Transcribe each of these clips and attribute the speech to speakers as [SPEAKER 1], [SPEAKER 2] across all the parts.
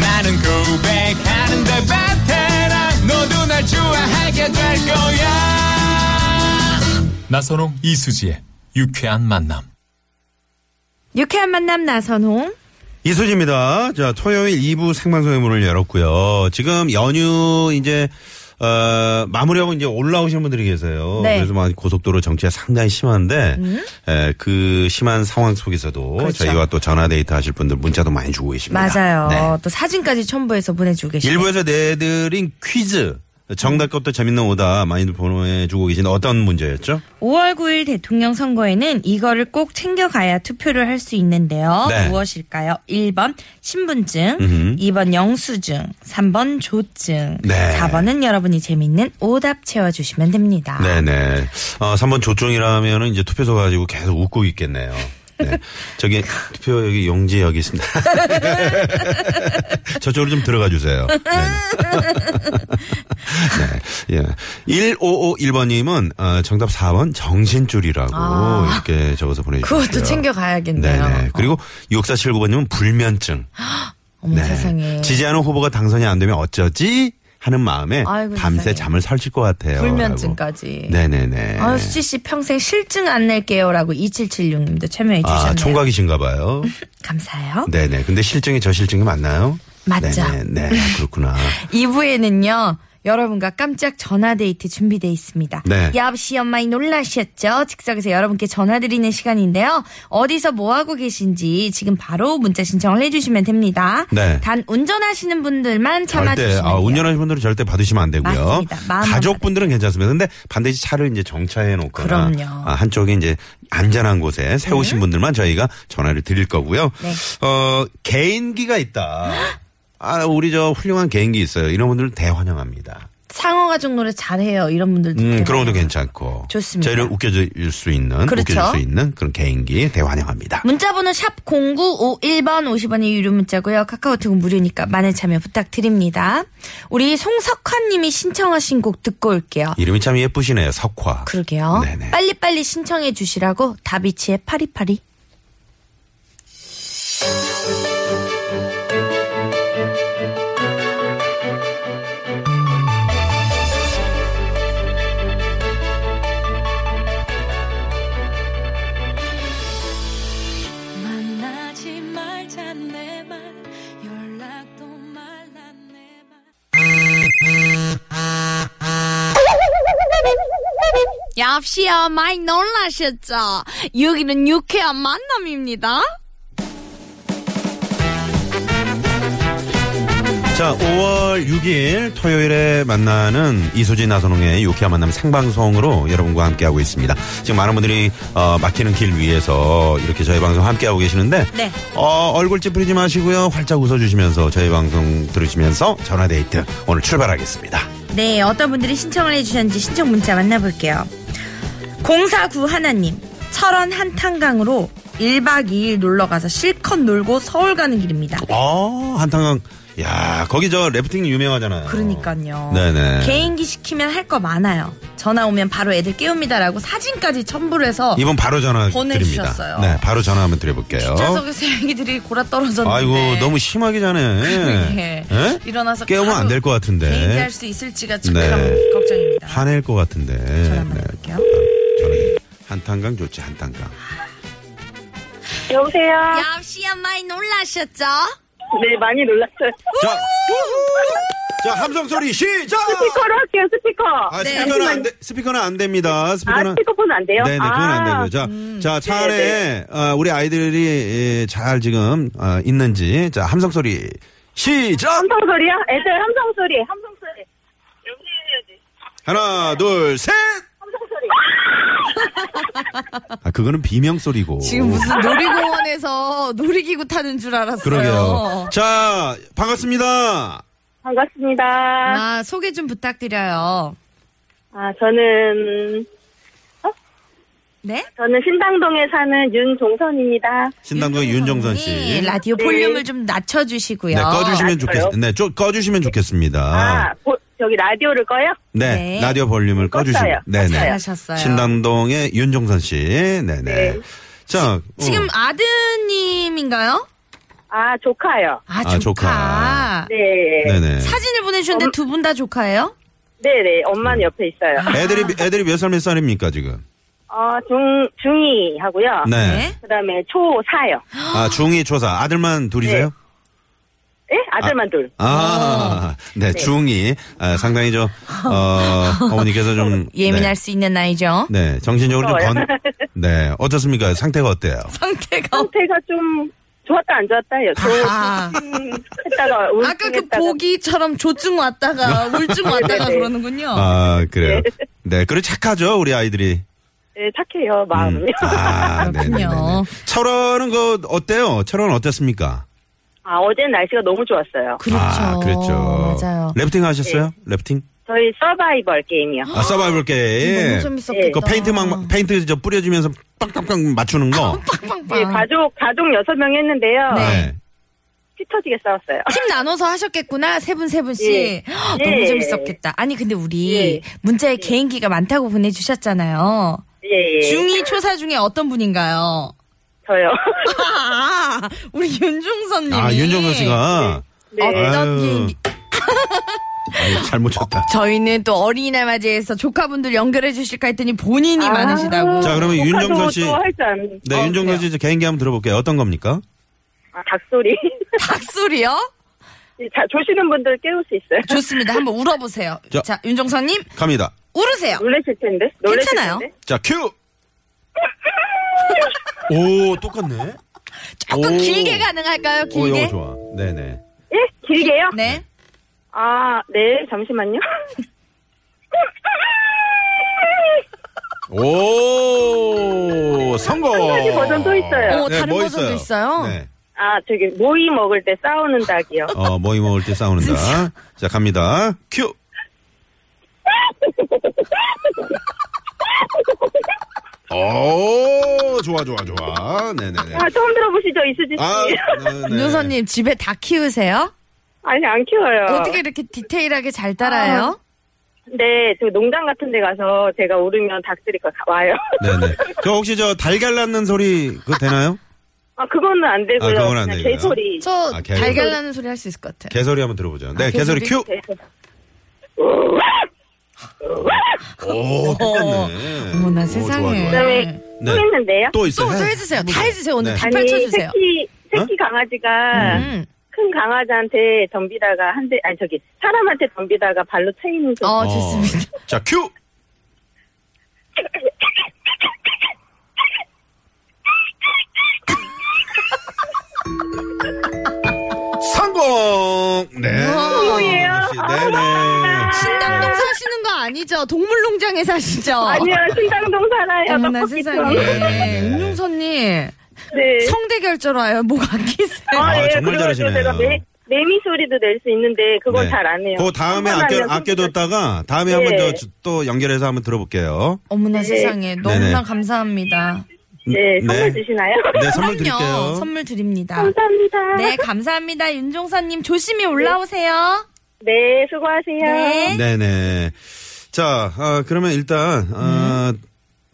[SPEAKER 1] 나는 고백하는데 베테랑 너도 날 좋아하게 될 거야. 나선홍 이수지의 유쾌한 만남.
[SPEAKER 2] 유쾌한 만남 나선홍.
[SPEAKER 3] 이수지입니다. 자, 토요일 2부 생방송의 문을 열었고요. 지금 연휴 이제 어, 마무리하고 이제 올라오시는 분들이 계세요.
[SPEAKER 2] 네. 음?
[SPEAKER 3] 그래서 막 고속도로 정체가 상당히 심한데 에, 그 심한 상황 속에서도
[SPEAKER 2] 그렇죠.
[SPEAKER 3] 저희와 또 전화 데이트 하실 분들 문자도 많이 주고 계십니다.
[SPEAKER 2] 맞아요.
[SPEAKER 3] 네.
[SPEAKER 2] 또 사진까지 첨부해서 보내주고 계시고.
[SPEAKER 3] 일부에서 내드린 퀴즈 정답값도 재밌는 오다 많이들 보내주고 계신 어떤 문제였죠?
[SPEAKER 2] 5월 9일 대통령 선거에는 이거를 꼭 챙겨가야 투표를 할 수 있는데요.
[SPEAKER 3] 네.
[SPEAKER 2] 무엇일까요? 1번 신분증,
[SPEAKER 3] 음흠.
[SPEAKER 2] 2번 영수증, 3번 조증,
[SPEAKER 3] 네.
[SPEAKER 2] 4번은 여러분이 재밌는 오답 채워주시면 됩니다.
[SPEAKER 3] 네네. 어, 3번 조종이라면은 이제 투표소 가지고 계속 웃고 있겠네요. 네. 저기 투표 여기 용지 여기 있습니다. 저쪽으로 좀 들어가 주세요. 네네. 네. 예. 1551번님은 어, 정답 4번 정신줄이라고
[SPEAKER 2] 아.
[SPEAKER 3] 이렇게 적어서 보내주셨어요.
[SPEAKER 2] 그것도 챙겨가야겠네요. 어,
[SPEAKER 3] 네네. 그리고 6479번님은 불면증. 네.
[SPEAKER 2] 어머 아, 세상에.
[SPEAKER 3] 지지하는 후보가 당선이 안 되면 어쩌지? 하는 마음에
[SPEAKER 2] 아이고,
[SPEAKER 3] 밤새
[SPEAKER 2] 세상에.
[SPEAKER 3] 잠을 설칠 것 같아요.
[SPEAKER 2] 불면증까지.
[SPEAKER 3] 네네네.
[SPEAKER 2] 예. 아유, 수지씨 평생 실증 안 낼게요라고 2776님도 참여해 주셨네요.
[SPEAKER 3] 아, 총각이신가 봐요.
[SPEAKER 2] 감사해요.
[SPEAKER 3] 네네. 근데 실증이 저 실증이 맞나요?
[SPEAKER 2] 맞죠.
[SPEAKER 3] 네네. 네, 그렇구나.
[SPEAKER 2] 2부에는요. 여러분과 깜짝 전화 데이트 준비돼 있습니다.
[SPEAKER 3] 네.
[SPEAKER 2] 여보시요 많이 놀라셨죠? 즉석에서 여러분께 전화 드리는 시간인데요. 어디서 뭐 하고 계신지 지금 바로 문자 신청을 해주시면 됩니다.
[SPEAKER 3] 네.
[SPEAKER 2] 단 운전하시는 분들만
[SPEAKER 3] 절대
[SPEAKER 2] 참아주시면
[SPEAKER 3] 아,
[SPEAKER 2] 돼요.
[SPEAKER 3] 운전하시는 분들은 절대 받으시면 안 되고요.
[SPEAKER 2] 맞습니다. 마음만
[SPEAKER 3] 가족분들은 괜찮습니다. 근데 반드시 차를 이제 정차해 놓거나
[SPEAKER 2] 그럼요. 네.
[SPEAKER 3] 아, 한쪽에 이제 안전한 곳에 세우신 분들만 저희가 전화를 드릴 거고요. 어, 개인기가 있다. 아, 우리 저 훌륭한 개인기 있어요. 이런 분들은 대환영합니다.
[SPEAKER 2] 상어가족 노래 잘해요. 이런 분들도
[SPEAKER 3] 음,
[SPEAKER 2] 있겠네요.
[SPEAKER 3] 그런 것도 괜찮고.
[SPEAKER 2] 좋습니다.
[SPEAKER 3] 저희를 웃겨줄 수 있는,
[SPEAKER 2] 그렇죠. 네.
[SPEAKER 3] 웃겨줄 수 있는 그런 개인기 대환영합니다.
[SPEAKER 2] 문자번호 샵 0951번 50원의 유료 문자고요. 카카오톡은 무료니까 많은 참여 부탁드립니다. 우리 송석환님이 신청하신 곡 듣고 올게요.
[SPEAKER 3] 이름이 참 예쁘시네요. 석화.
[SPEAKER 2] 그러게요.
[SPEAKER 3] 네네.
[SPEAKER 2] 빨리빨리 신청해 주시라고 다비치의 파리파리.
[SPEAKER 4] 만나지 말자 내 말 연락도 말라 내말
[SPEAKER 5] 얍시야 많이 놀라셨죠? 여기는 유쾌한 만남입니다.
[SPEAKER 3] 자, 5월 6일 토요일에 만나는 이수진 나선홍의 유쾌한 만남 생방송으로 여러분과 함께하고 있습니다. 지금 많은 분들이 어, 막히는 길 위에서 이렇게 저희 방송 함께하고 계시는데
[SPEAKER 2] 네.
[SPEAKER 3] 어, 얼굴 찌푸리지 마시고요. 활짝 웃어주시면서 저희 방송 들으시면서 전화데이트 오늘 출발하겠습니다.
[SPEAKER 2] 네, 어떤 분들이 신청을 해주셨는지 신청 문자 만나볼게요. 049 하나님, 철원 한탄강으로 1박 2일 놀러가서 실컷 놀고 서울 가는 길입니다.
[SPEAKER 3] 어, 한탕강. 야, 거기 저 래프팅 유명하잖아요.
[SPEAKER 2] 그러니까요.
[SPEAKER 3] 네네.
[SPEAKER 2] 개인기 시키면 할 거 많아요. 전화 오면 바로 애들 깨웁니다라고 사진까지 첨부를 해서
[SPEAKER 3] 이번 바로 전화
[SPEAKER 2] 보내주셨어요.
[SPEAKER 3] 드립니다. 네, 바로 전화 한번 드려볼게요.
[SPEAKER 2] 뒷좌석에서 애기들이 골아 떨어졌는데.
[SPEAKER 3] 아이고 너무 심하게 자네.
[SPEAKER 2] 예.
[SPEAKER 3] 예?
[SPEAKER 2] 일어나서
[SPEAKER 3] 깨우면 안 될 것
[SPEAKER 2] 개인기
[SPEAKER 3] 같은데.
[SPEAKER 2] 할 수 있을지가 참
[SPEAKER 3] 네.
[SPEAKER 2] 걱정입니다.
[SPEAKER 3] 화낼 것 같은데.
[SPEAKER 2] 전화 한번
[SPEAKER 3] 네.
[SPEAKER 2] 해볼게요.
[SPEAKER 3] 저는 한탄강 좋지 한탄강.
[SPEAKER 6] 여보세요?
[SPEAKER 5] 얍시야 많이 놀라셨죠?
[SPEAKER 6] 네, 많이 놀랐어요.
[SPEAKER 3] 자, 자 함성 소리 시작.
[SPEAKER 6] 스피커로 할게요, 스피커.
[SPEAKER 2] 네,
[SPEAKER 3] 아, 스피커는 안 돼, 스피커는 안 됩니다.
[SPEAKER 6] 아,
[SPEAKER 3] 스피커는.
[SPEAKER 6] 스피커폰은 안 돼요? 아.
[SPEAKER 3] 네네, 그건
[SPEAKER 2] 아,
[SPEAKER 3] 안 되고요. 자,
[SPEAKER 2] 음, 네,
[SPEAKER 3] 자, 차 안에, 어, 우리 아이들이 예, 잘 지금, 어, 있는지. 자, 함성소리, 시작!
[SPEAKER 6] 함성 소리야? 애들 함성 소리, 함성 소리. 여보세요?
[SPEAKER 3] 하나, 둘, 셋!
[SPEAKER 6] 함성 소리.
[SPEAKER 3] 아, 그거는 비명소리고.
[SPEAKER 2] 지금 무슨 놀이공원에서 놀이기구 타는 줄 알았어요.
[SPEAKER 3] 그러게요. 자, 반갑습니다.
[SPEAKER 6] 반갑습니다.
[SPEAKER 2] 아, 소개 좀 부탁드려요.
[SPEAKER 6] 아, 저는,
[SPEAKER 2] 네?
[SPEAKER 6] 저는 신당동에 사는 윤종선입니다.
[SPEAKER 3] 신당동의 윤정선
[SPEAKER 2] 이
[SPEAKER 3] 씨.
[SPEAKER 2] 라디오
[SPEAKER 6] 네.
[SPEAKER 2] 볼륨을 좀 낮춰주시고요.
[SPEAKER 3] 네, 꺼주시면 좋겠, 네, 좀 꺼주시면 좋겠습니다.
[SPEAKER 6] 아, 보- 저기 라디오를 꺼요?
[SPEAKER 3] 네,
[SPEAKER 2] 네.
[SPEAKER 3] 라디오 볼륨을 꺼주시고.
[SPEAKER 6] 껐어요.
[SPEAKER 3] 네네.
[SPEAKER 2] 잘하셨어요.
[SPEAKER 3] 신당동의 윤종선 씨. 네네. 자.
[SPEAKER 2] 지금
[SPEAKER 3] 어.
[SPEAKER 2] 아드님인가요?
[SPEAKER 6] 아, 조카요.
[SPEAKER 2] 아,
[SPEAKER 3] 아, 조카.
[SPEAKER 2] 조카.
[SPEAKER 6] 네. 네네.
[SPEAKER 3] 네네.
[SPEAKER 2] 사진을 보내주셨는데
[SPEAKER 3] 어,
[SPEAKER 2] 두 분 다 조카예요?
[SPEAKER 6] 엄마는 옆에 있어요.
[SPEAKER 3] 애들이, 애들이 몇 살 몇 살입니까, 지금?
[SPEAKER 6] 어, 중, 중이 하고요.
[SPEAKER 3] 네.
[SPEAKER 2] 네.
[SPEAKER 6] 그 다음에 초사요.
[SPEAKER 3] 아, 중2 초사. 아들만 둘이세요?
[SPEAKER 6] 네. 예? 아들만 둘.
[SPEAKER 2] 어.
[SPEAKER 3] 아, 네, 중이 아, 상당히 저 어, 어머니께서 좀
[SPEAKER 2] 예민할 수 있는 나이죠.
[SPEAKER 3] 네, 네, 정신적으로 좀 건, 네, 어떻습니까? 상태가 어때요?
[SPEAKER 2] 상태가.
[SPEAKER 6] 상태가 좀 좋았다 안 좋았다 요.
[SPEAKER 2] 아,
[SPEAKER 6] 했다가
[SPEAKER 2] 아까 그
[SPEAKER 6] 울컥했다가
[SPEAKER 2] 보기처럼 조증 왔다가 울증 왔다가
[SPEAKER 6] 네네네.
[SPEAKER 2] 그러는군요.
[SPEAKER 3] 아, 그래요. 네, 그리고 착하죠, 우리 아이들이.
[SPEAKER 6] 예, 착해요 마음이.
[SPEAKER 3] 음. 아, 네, 네, 네, 네.
[SPEAKER 2] 그렇군요.
[SPEAKER 3] 철원은 그 어때요? 철원은 어땠습니까?
[SPEAKER 6] 아 어제 날씨가 너무 좋았어요.
[SPEAKER 2] 그렇죠.
[SPEAKER 3] 아, 그랬죠.
[SPEAKER 2] 맞아요.
[SPEAKER 3] 래프팅 하셨어요? 래프팅?
[SPEAKER 6] 저희 서바이벌 게임이요.
[SPEAKER 3] 아, 서바이벌 게임.
[SPEAKER 2] 너무 재밌었겠다.
[SPEAKER 3] 그 페인트 막 페인트 저 뿌려주면서 빵빵빵 맞추는 거.
[SPEAKER 2] 네, 아.
[SPEAKER 6] 예, 가족 가족 여섯 명 했는데요.
[SPEAKER 3] 네.
[SPEAKER 6] 피터지게 싸웠어요.
[SPEAKER 2] 팀 나눠서 하셨겠구나 세 분 세 분씩
[SPEAKER 6] 예.
[SPEAKER 2] 헉,
[SPEAKER 6] 예.
[SPEAKER 2] 너무 재밌었겠다. 아니 근데 우리
[SPEAKER 6] 예.
[SPEAKER 2] 문자에 개인기가 많다고 보내주셨잖아요.
[SPEAKER 6] 예, 예.
[SPEAKER 2] 중이 초사 중에 어떤 분인가요?
[SPEAKER 6] 저요.
[SPEAKER 2] 아 우리 윤종선님.
[SPEAKER 3] 아, 윤정선 씨가.
[SPEAKER 6] 네.
[SPEAKER 2] 어떤
[SPEAKER 3] 아유.
[SPEAKER 2] 개인기?
[SPEAKER 3] 아유, 잘못 쳤다.
[SPEAKER 2] 저희는 또 어린이날 맞이해서 조카분들 연결해 주실까 했더니 본인이 많으시다고.
[SPEAKER 3] 자, 그러면 윤정선 씨.
[SPEAKER 6] 또할줄 아는.
[SPEAKER 3] 네,
[SPEAKER 2] 어,
[SPEAKER 3] 윤정선 씨 이제 개인기 한번 들어볼게요. 어떤 겁니까?
[SPEAKER 6] 아, 닭소리.
[SPEAKER 2] 닭소리요?
[SPEAKER 6] 자, 조시는 분들 깨울 수 있어요.
[SPEAKER 2] 좋습니다. 한번 울어보세요.
[SPEAKER 3] 자.
[SPEAKER 2] 자 윤종선님
[SPEAKER 3] 갑니다.
[SPEAKER 2] 울으세요.
[SPEAKER 6] 놀라실 텐데. 놀라실
[SPEAKER 2] 괜찮아요.
[SPEAKER 6] 텐데.
[SPEAKER 3] 자, 큐! 오, 똑같네.
[SPEAKER 2] 조금
[SPEAKER 3] 오.
[SPEAKER 2] 길게 가능할까요?
[SPEAKER 3] 오,
[SPEAKER 2] 길게.
[SPEAKER 3] 이거 좋아. 네네.
[SPEAKER 6] 예? 길게요?
[SPEAKER 2] 네.
[SPEAKER 6] 아, 네. 잠시만요.
[SPEAKER 3] 오, 성공! 한
[SPEAKER 6] 가지 버전 또 있어요.
[SPEAKER 2] 어, 다른 버전도 있어요?
[SPEAKER 3] 네.
[SPEAKER 6] 아, 저기 모이 먹을 때 싸우는 닭이요.
[SPEAKER 3] 어, 모이 먹을 때 싸우는다. 자, 갑니다. 큐! 오, 좋아, 좋아, 좋아. 네네네.
[SPEAKER 6] 아, 처음 들어보시죠, 이수지 씨.
[SPEAKER 3] 아, 네네.
[SPEAKER 2] 윤종선님 집에 다 키우세요?
[SPEAKER 6] 아니, 안 키워요.
[SPEAKER 2] 어떻게 이렇게 디테일하게 잘 따라요?
[SPEAKER 6] 아. 네, 저 농장 같은 데 가서 제가 오르면 닭들이 거 와요.
[SPEAKER 3] 네네. 저 혹시 저 달걀 낳는 소리 그거 되나요?
[SPEAKER 6] 아, 그거는 안 되고요.
[SPEAKER 3] 아, 그건 안
[SPEAKER 6] 그냥
[SPEAKER 3] 되고요.
[SPEAKER 6] 개소리.
[SPEAKER 2] 저
[SPEAKER 3] 아, 개소리.
[SPEAKER 2] 달걀 나는 소리 할 수 있을 것 같아요.
[SPEAKER 3] 개소리 한번 들어보죠. 네, 개소리 큐.
[SPEAKER 6] 개소리.
[SPEAKER 3] 오, 똑같네.
[SPEAKER 2] 어머나
[SPEAKER 3] 오, 좋아,
[SPEAKER 2] 세상에.
[SPEAKER 3] 좋아.
[SPEAKER 6] 그다음에
[SPEAKER 3] 네.
[SPEAKER 6] 또 했는데요.
[SPEAKER 3] 또 있어요.
[SPEAKER 2] 또, 또 해주세요. 다 해주세요. 오늘
[SPEAKER 3] 네.
[SPEAKER 2] 다
[SPEAKER 6] 아니,
[SPEAKER 2] 펼쳐주세요.
[SPEAKER 6] 새끼,
[SPEAKER 3] 어?
[SPEAKER 6] 새끼 강아지가
[SPEAKER 2] 음.
[SPEAKER 6] 큰 강아지한테 덤비다가 한 대, 아니, 저기, 사람한테 덤비다가 발로 차이는 거.
[SPEAKER 2] 어,
[SPEAKER 3] 어,
[SPEAKER 2] 좋습니다.
[SPEAKER 3] 자, 큐. 성공. 네.
[SPEAKER 2] 성공이에요?
[SPEAKER 3] 역시, 네, 네네.
[SPEAKER 2] 신당동 사시는 거 아니죠? 동물농장에 사시죠?
[SPEAKER 6] 아니요, 신당동 살아요.
[SPEAKER 2] 어머나
[SPEAKER 6] 떡볶이
[SPEAKER 2] 세상에.
[SPEAKER 6] 좀.
[SPEAKER 3] 네.
[SPEAKER 2] 윤종선님
[SPEAKER 6] 네.
[SPEAKER 2] 성대결절 와요. 목 안 끼세요.
[SPEAKER 3] 아,
[SPEAKER 6] 예,
[SPEAKER 3] 정말
[SPEAKER 6] 그래가지고
[SPEAKER 3] 잘하시네요.
[SPEAKER 6] 제가 매, 매미 소리도 낼 수 있는데, 그건
[SPEAKER 3] 네.
[SPEAKER 6] 잘 안 해요.
[SPEAKER 3] 그거 다음에
[SPEAKER 6] 한번
[SPEAKER 3] 아껴,
[SPEAKER 6] 하면
[SPEAKER 3] 아껴뒀다가 다음에
[SPEAKER 6] 네.
[SPEAKER 3] 한번 더, 또 연결해서 한번 들어볼게요.
[SPEAKER 2] 어머나 세상에. 너무나
[SPEAKER 3] 네네.
[SPEAKER 2] 감사합니다.
[SPEAKER 6] 네, 선물
[SPEAKER 3] 네.
[SPEAKER 6] 주시나요?
[SPEAKER 3] 네, 선물
[SPEAKER 2] 그럼요.
[SPEAKER 3] 드릴게요.
[SPEAKER 2] 선물 드립니다.
[SPEAKER 6] 감사합니다.
[SPEAKER 2] 네, 감사합니다. 윤종선님 조심히 올라오세요.
[SPEAKER 6] 네,
[SPEAKER 2] 네.
[SPEAKER 6] 수고하세요.
[SPEAKER 3] 네네. 자, 아, 그러면 일단, 아,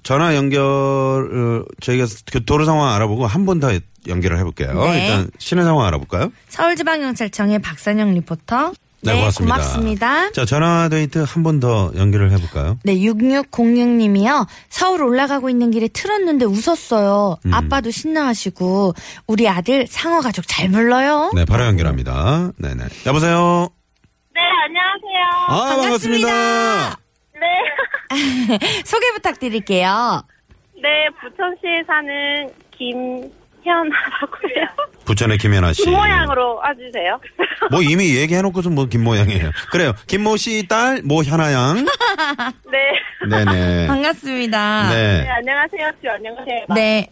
[SPEAKER 3] 전화 연결, 어, 저희가 교토로 상황 알아보고 한 번 더 연결을 해볼게요.
[SPEAKER 2] 네.
[SPEAKER 3] 일단 시내 상황 알아볼까요?
[SPEAKER 2] 서울지방경찰청의 박선영 리포터.
[SPEAKER 3] 네,
[SPEAKER 2] 네,
[SPEAKER 3] 고맙습니다.
[SPEAKER 2] 고맙습니다.
[SPEAKER 3] 자, 전화 데이트 한 번 더 연결을 해볼까요?
[SPEAKER 2] 네, 6606님이요. 서울 올라가고 있는 길에 틀었는데 웃었어요.
[SPEAKER 3] 음.
[SPEAKER 2] 아빠도 신나하시고, 우리 아들 상어 가족 잘 불러요.
[SPEAKER 3] 네, 바로 연결합니다. 네네. 여보세요?
[SPEAKER 6] 네, 안녕하세요.
[SPEAKER 3] 아,
[SPEAKER 2] 반갑습니다.
[SPEAKER 6] 네.
[SPEAKER 2] 소개 부탁드릴게요.
[SPEAKER 6] 네, 부천시에 사는 김현아라고 해요.
[SPEAKER 3] 부천의 김연아 씨.
[SPEAKER 6] 그 모양으로 와주세요.
[SPEAKER 3] 뭐 이미 얘기해놓고서 뭐 김모양이에요. 그래요. 김모 씨 딸, 모 현아 양.
[SPEAKER 6] 네.
[SPEAKER 3] 네네.
[SPEAKER 2] 반갑습니다.
[SPEAKER 6] 네,
[SPEAKER 3] 네.
[SPEAKER 6] 안녕하세요. 씨, 안녕하세요.
[SPEAKER 2] 네.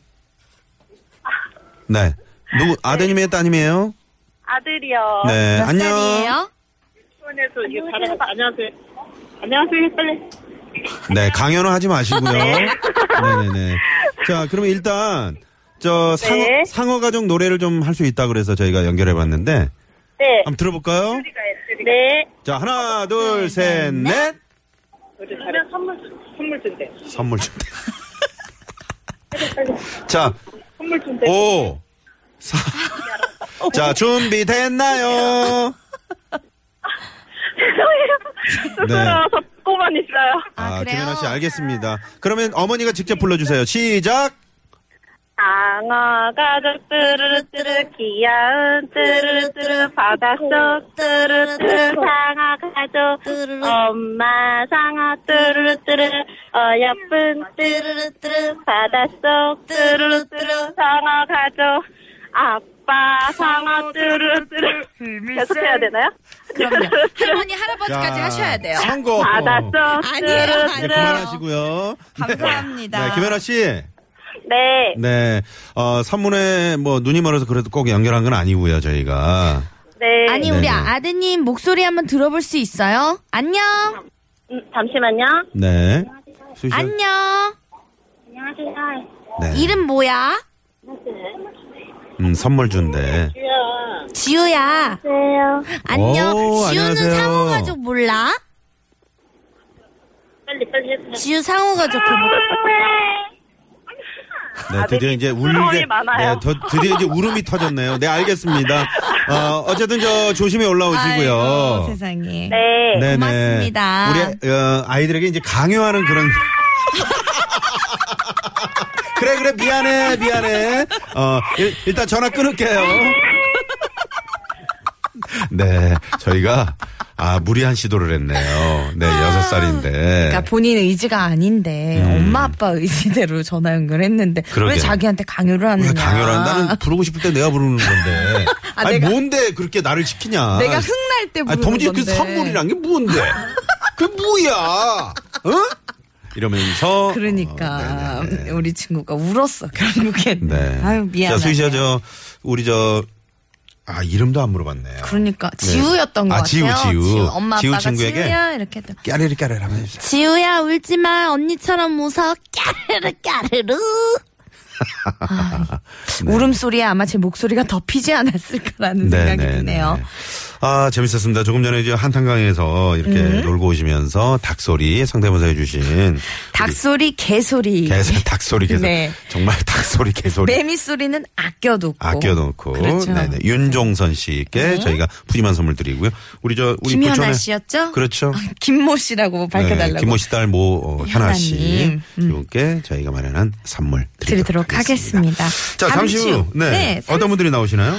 [SPEAKER 3] 네. 누구, 아드님이에요, 따님이에요?
[SPEAKER 6] 아들이요.
[SPEAKER 3] 네.
[SPEAKER 2] 몇
[SPEAKER 3] 안녕.
[SPEAKER 2] 살이에요?
[SPEAKER 6] 일본에서 이게 살아가서 안녕하세요. 안녕하세요. 빨리.
[SPEAKER 3] 네, 강연은 하지 마시고요. 네네네. 자, 그러면 일단, 저, 상어,
[SPEAKER 6] 네.
[SPEAKER 3] 상어 가족 노래를 좀 할 수 있다 그래서 저희가 연결해 봤는데,
[SPEAKER 6] 네.
[SPEAKER 3] 한번 들어볼까요?
[SPEAKER 6] 네.
[SPEAKER 3] 자, 하나, 둘, 셋, 넷!
[SPEAKER 6] 우리 잘해. 선물 선물 준대.
[SPEAKER 3] 선물 준대. 자,
[SPEAKER 6] 선물 준대.
[SPEAKER 3] 오, 사. 자, 준비됐나요?
[SPEAKER 6] 따라서 꼬만 있어요.
[SPEAKER 3] 아,
[SPEAKER 5] 아, 그래요?
[SPEAKER 3] 김연아 씨, 알겠습니다. 그러면 어머니가 직접 불러주세요. 시작!
[SPEAKER 6] 상어 가족 뚜루루뚜루 귀여운 뚜루루뚜루 바닷속 뚜루루뚜루 상어 가족 엄마 상어 뚜루루뚜루 어여쁜 뚜루루뚜루 바닷속 뚜루루뚜루 상어 가족 아빠 상어 뚜루루뚜루 계속해야 되나요?
[SPEAKER 5] 그럼요. 할머니, 할아버지까지 하셔야 돼요.
[SPEAKER 3] 선거.
[SPEAKER 6] 아, 바닷속
[SPEAKER 5] 아니에요,
[SPEAKER 3] 네,
[SPEAKER 6] 뚜루루뚜루
[SPEAKER 3] 그만하시고요.
[SPEAKER 2] 감사합니다.
[SPEAKER 3] 네, 김연아 씨.
[SPEAKER 6] 네
[SPEAKER 3] 네. 어, 선문에 뭐 눈이 멀어서 그래도 꼭 연결한 건 아니고요, 저희가.
[SPEAKER 6] 네.
[SPEAKER 5] 아니, 우리
[SPEAKER 3] 네네.
[SPEAKER 5] 아드님 목소리 한번 들어볼 수 있어요? 안녕!
[SPEAKER 6] 음, 잠시만요
[SPEAKER 3] 네. 수시-
[SPEAKER 5] 안녕!
[SPEAKER 6] 안녕하세요
[SPEAKER 3] 네.
[SPEAKER 5] 이름 뭐야?
[SPEAKER 3] 음, 선물 준대.
[SPEAKER 5] 지우야.
[SPEAKER 6] 안녕하세요
[SPEAKER 5] 안녕.
[SPEAKER 3] 오,
[SPEAKER 5] 지우는
[SPEAKER 3] 안녕하세요.
[SPEAKER 5] 상호 가족 몰라?
[SPEAKER 6] 빨리 빨리 해주세요
[SPEAKER 5] 지우 상호 가족 그 뭐-
[SPEAKER 3] 네, 드디어 이제 울게.
[SPEAKER 6] 부끄러움이 많아요.
[SPEAKER 3] 네, 더- 드디어 이제 울음이 터졌네요. 네, 알겠습니다. 어, 어쨌든 저 조심히 올라오시고요.
[SPEAKER 2] 아이고, 세상에.
[SPEAKER 6] 네.
[SPEAKER 3] 네네.
[SPEAKER 5] 고맙습니다.
[SPEAKER 3] 우리 어, 아이들에게 이제 강요하는 그런. 그래 그래 미안해 미안해. 어 일, 일단 전화 끊을게요. 네 저희가 아 무리한 시도를 했네요. 네
[SPEAKER 5] 아.
[SPEAKER 3] 여섯 살인데.
[SPEAKER 2] 그러니까 본인 의지가 아닌데 엄마 아빠 의지대로 전화 연결했는데
[SPEAKER 3] 음. 그러게.
[SPEAKER 2] 왜 자기한테 강요를 하느냐?
[SPEAKER 3] 왜 강요를 한다? 나는 부르고 싶을 때 내가 부르는 건데.
[SPEAKER 2] 아,
[SPEAKER 3] 아니,
[SPEAKER 2] 내가-
[SPEAKER 3] 뭔데 그렇게 나를 시키냐.
[SPEAKER 2] 내가 흥날 때
[SPEAKER 3] 아니,
[SPEAKER 2] 부르는
[SPEAKER 3] 도무지 그
[SPEAKER 2] 건데.
[SPEAKER 3] 선물이란 게 뭔데? 그게 뭐야? 어? 이러면서.
[SPEAKER 2] 그러니까
[SPEAKER 3] 어, 네, 네, 네.
[SPEAKER 2] 우리 친구가 울었어 결국엔.
[SPEAKER 3] 네.
[SPEAKER 2] 아유 미안.
[SPEAKER 3] 자, 수희 씨가 저, 우리 저, 아, 이름도 안 물어봤네요.
[SPEAKER 2] 그러니까 지우였던
[SPEAKER 3] 아,
[SPEAKER 2] 것
[SPEAKER 3] 지우,
[SPEAKER 2] 같아요.
[SPEAKER 3] 지우.
[SPEAKER 5] 엄마
[SPEAKER 3] 지우
[SPEAKER 5] 아빠가
[SPEAKER 3] 친구에게?
[SPEAKER 5] 지우야 이렇게 했다.
[SPEAKER 3] 까르르 까르르 하면 해주세요.
[SPEAKER 5] 지우야 울지 마. 언니처럼 무서워. 까르르 까르르.
[SPEAKER 2] 아,
[SPEAKER 3] 네.
[SPEAKER 2] 울음소리에 아마 제 목소리가 덮이지 않았을까라는 생각이 드네요.
[SPEAKER 3] 네. 아, 재밌었습니다. 조금 전에 이제 한탄강에서 이렇게
[SPEAKER 2] 음.
[SPEAKER 3] 놀고 오시면서 닭소리 상대모사 해주신.
[SPEAKER 2] 닭소리, 개소리.
[SPEAKER 3] 개소, 닭소리, 개소리.
[SPEAKER 2] 네.
[SPEAKER 3] 정말 닭소리, 개소리.
[SPEAKER 2] 매미소리는 아껴놓고.
[SPEAKER 3] 아껴놓고.
[SPEAKER 2] 그렇죠. 네.
[SPEAKER 3] 네네. 윤종선 씨께 저희가 푸짐한 선물 드리고요. 우리 저, 우리
[SPEAKER 5] 김연아
[SPEAKER 3] 부천에-
[SPEAKER 5] 씨였죠?
[SPEAKER 3] 그렇죠.
[SPEAKER 2] 아, 김모 씨라고 아, 밝혀달라고.
[SPEAKER 3] 네, 김모 씨 딸 모 현아 씨
[SPEAKER 2] 현아님. 음.
[SPEAKER 3] 이분께 저희가 마련한 선물 드리도록,
[SPEAKER 2] 드리도록
[SPEAKER 3] 하겠습니다.
[SPEAKER 2] 하겠습니다.
[SPEAKER 3] 자, 잠시
[SPEAKER 2] 잠시 아.
[SPEAKER 3] 후.
[SPEAKER 2] 후.
[SPEAKER 3] 네.
[SPEAKER 2] 네,
[SPEAKER 3] 어떤 분들이 나오시나요?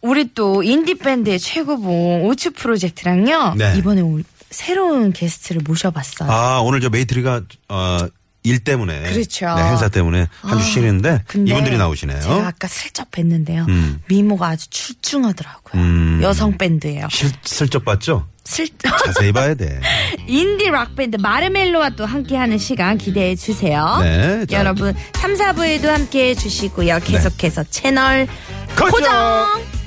[SPEAKER 2] 우리 또 인디밴드의 최고봉 오츠 프로젝트랑요.
[SPEAKER 3] 네.
[SPEAKER 2] 이번에 올- 새로운 게스트를 모셔봤어요.
[SPEAKER 3] 아, 오늘 저 메이트리가 어, 일 때문에
[SPEAKER 2] 그렇죠.
[SPEAKER 3] 네, 행사 때문에 한 주 쉬는데
[SPEAKER 2] 근데
[SPEAKER 3] 이분들이 나오시네요.
[SPEAKER 2] 제가 아까 슬쩍 뵀는데요.
[SPEAKER 3] 음.
[SPEAKER 2] 미모가 아주 출중하더라고요.
[SPEAKER 3] 음.
[SPEAKER 2] 여성 밴드예요.
[SPEAKER 3] 실, 슬쩍 봤죠?
[SPEAKER 2] 슬쩍
[SPEAKER 3] 자세히 봐야 돼.
[SPEAKER 5] 인디 락 밴드 마르멜로와 또 함께하는 시간 기대해 주세요.
[SPEAKER 3] 네, 자. 네.
[SPEAKER 5] 여러분 3, 4부에도 함께해 주시고요. 계속해서 채널
[SPEAKER 3] 고정!
[SPEAKER 5] 고정.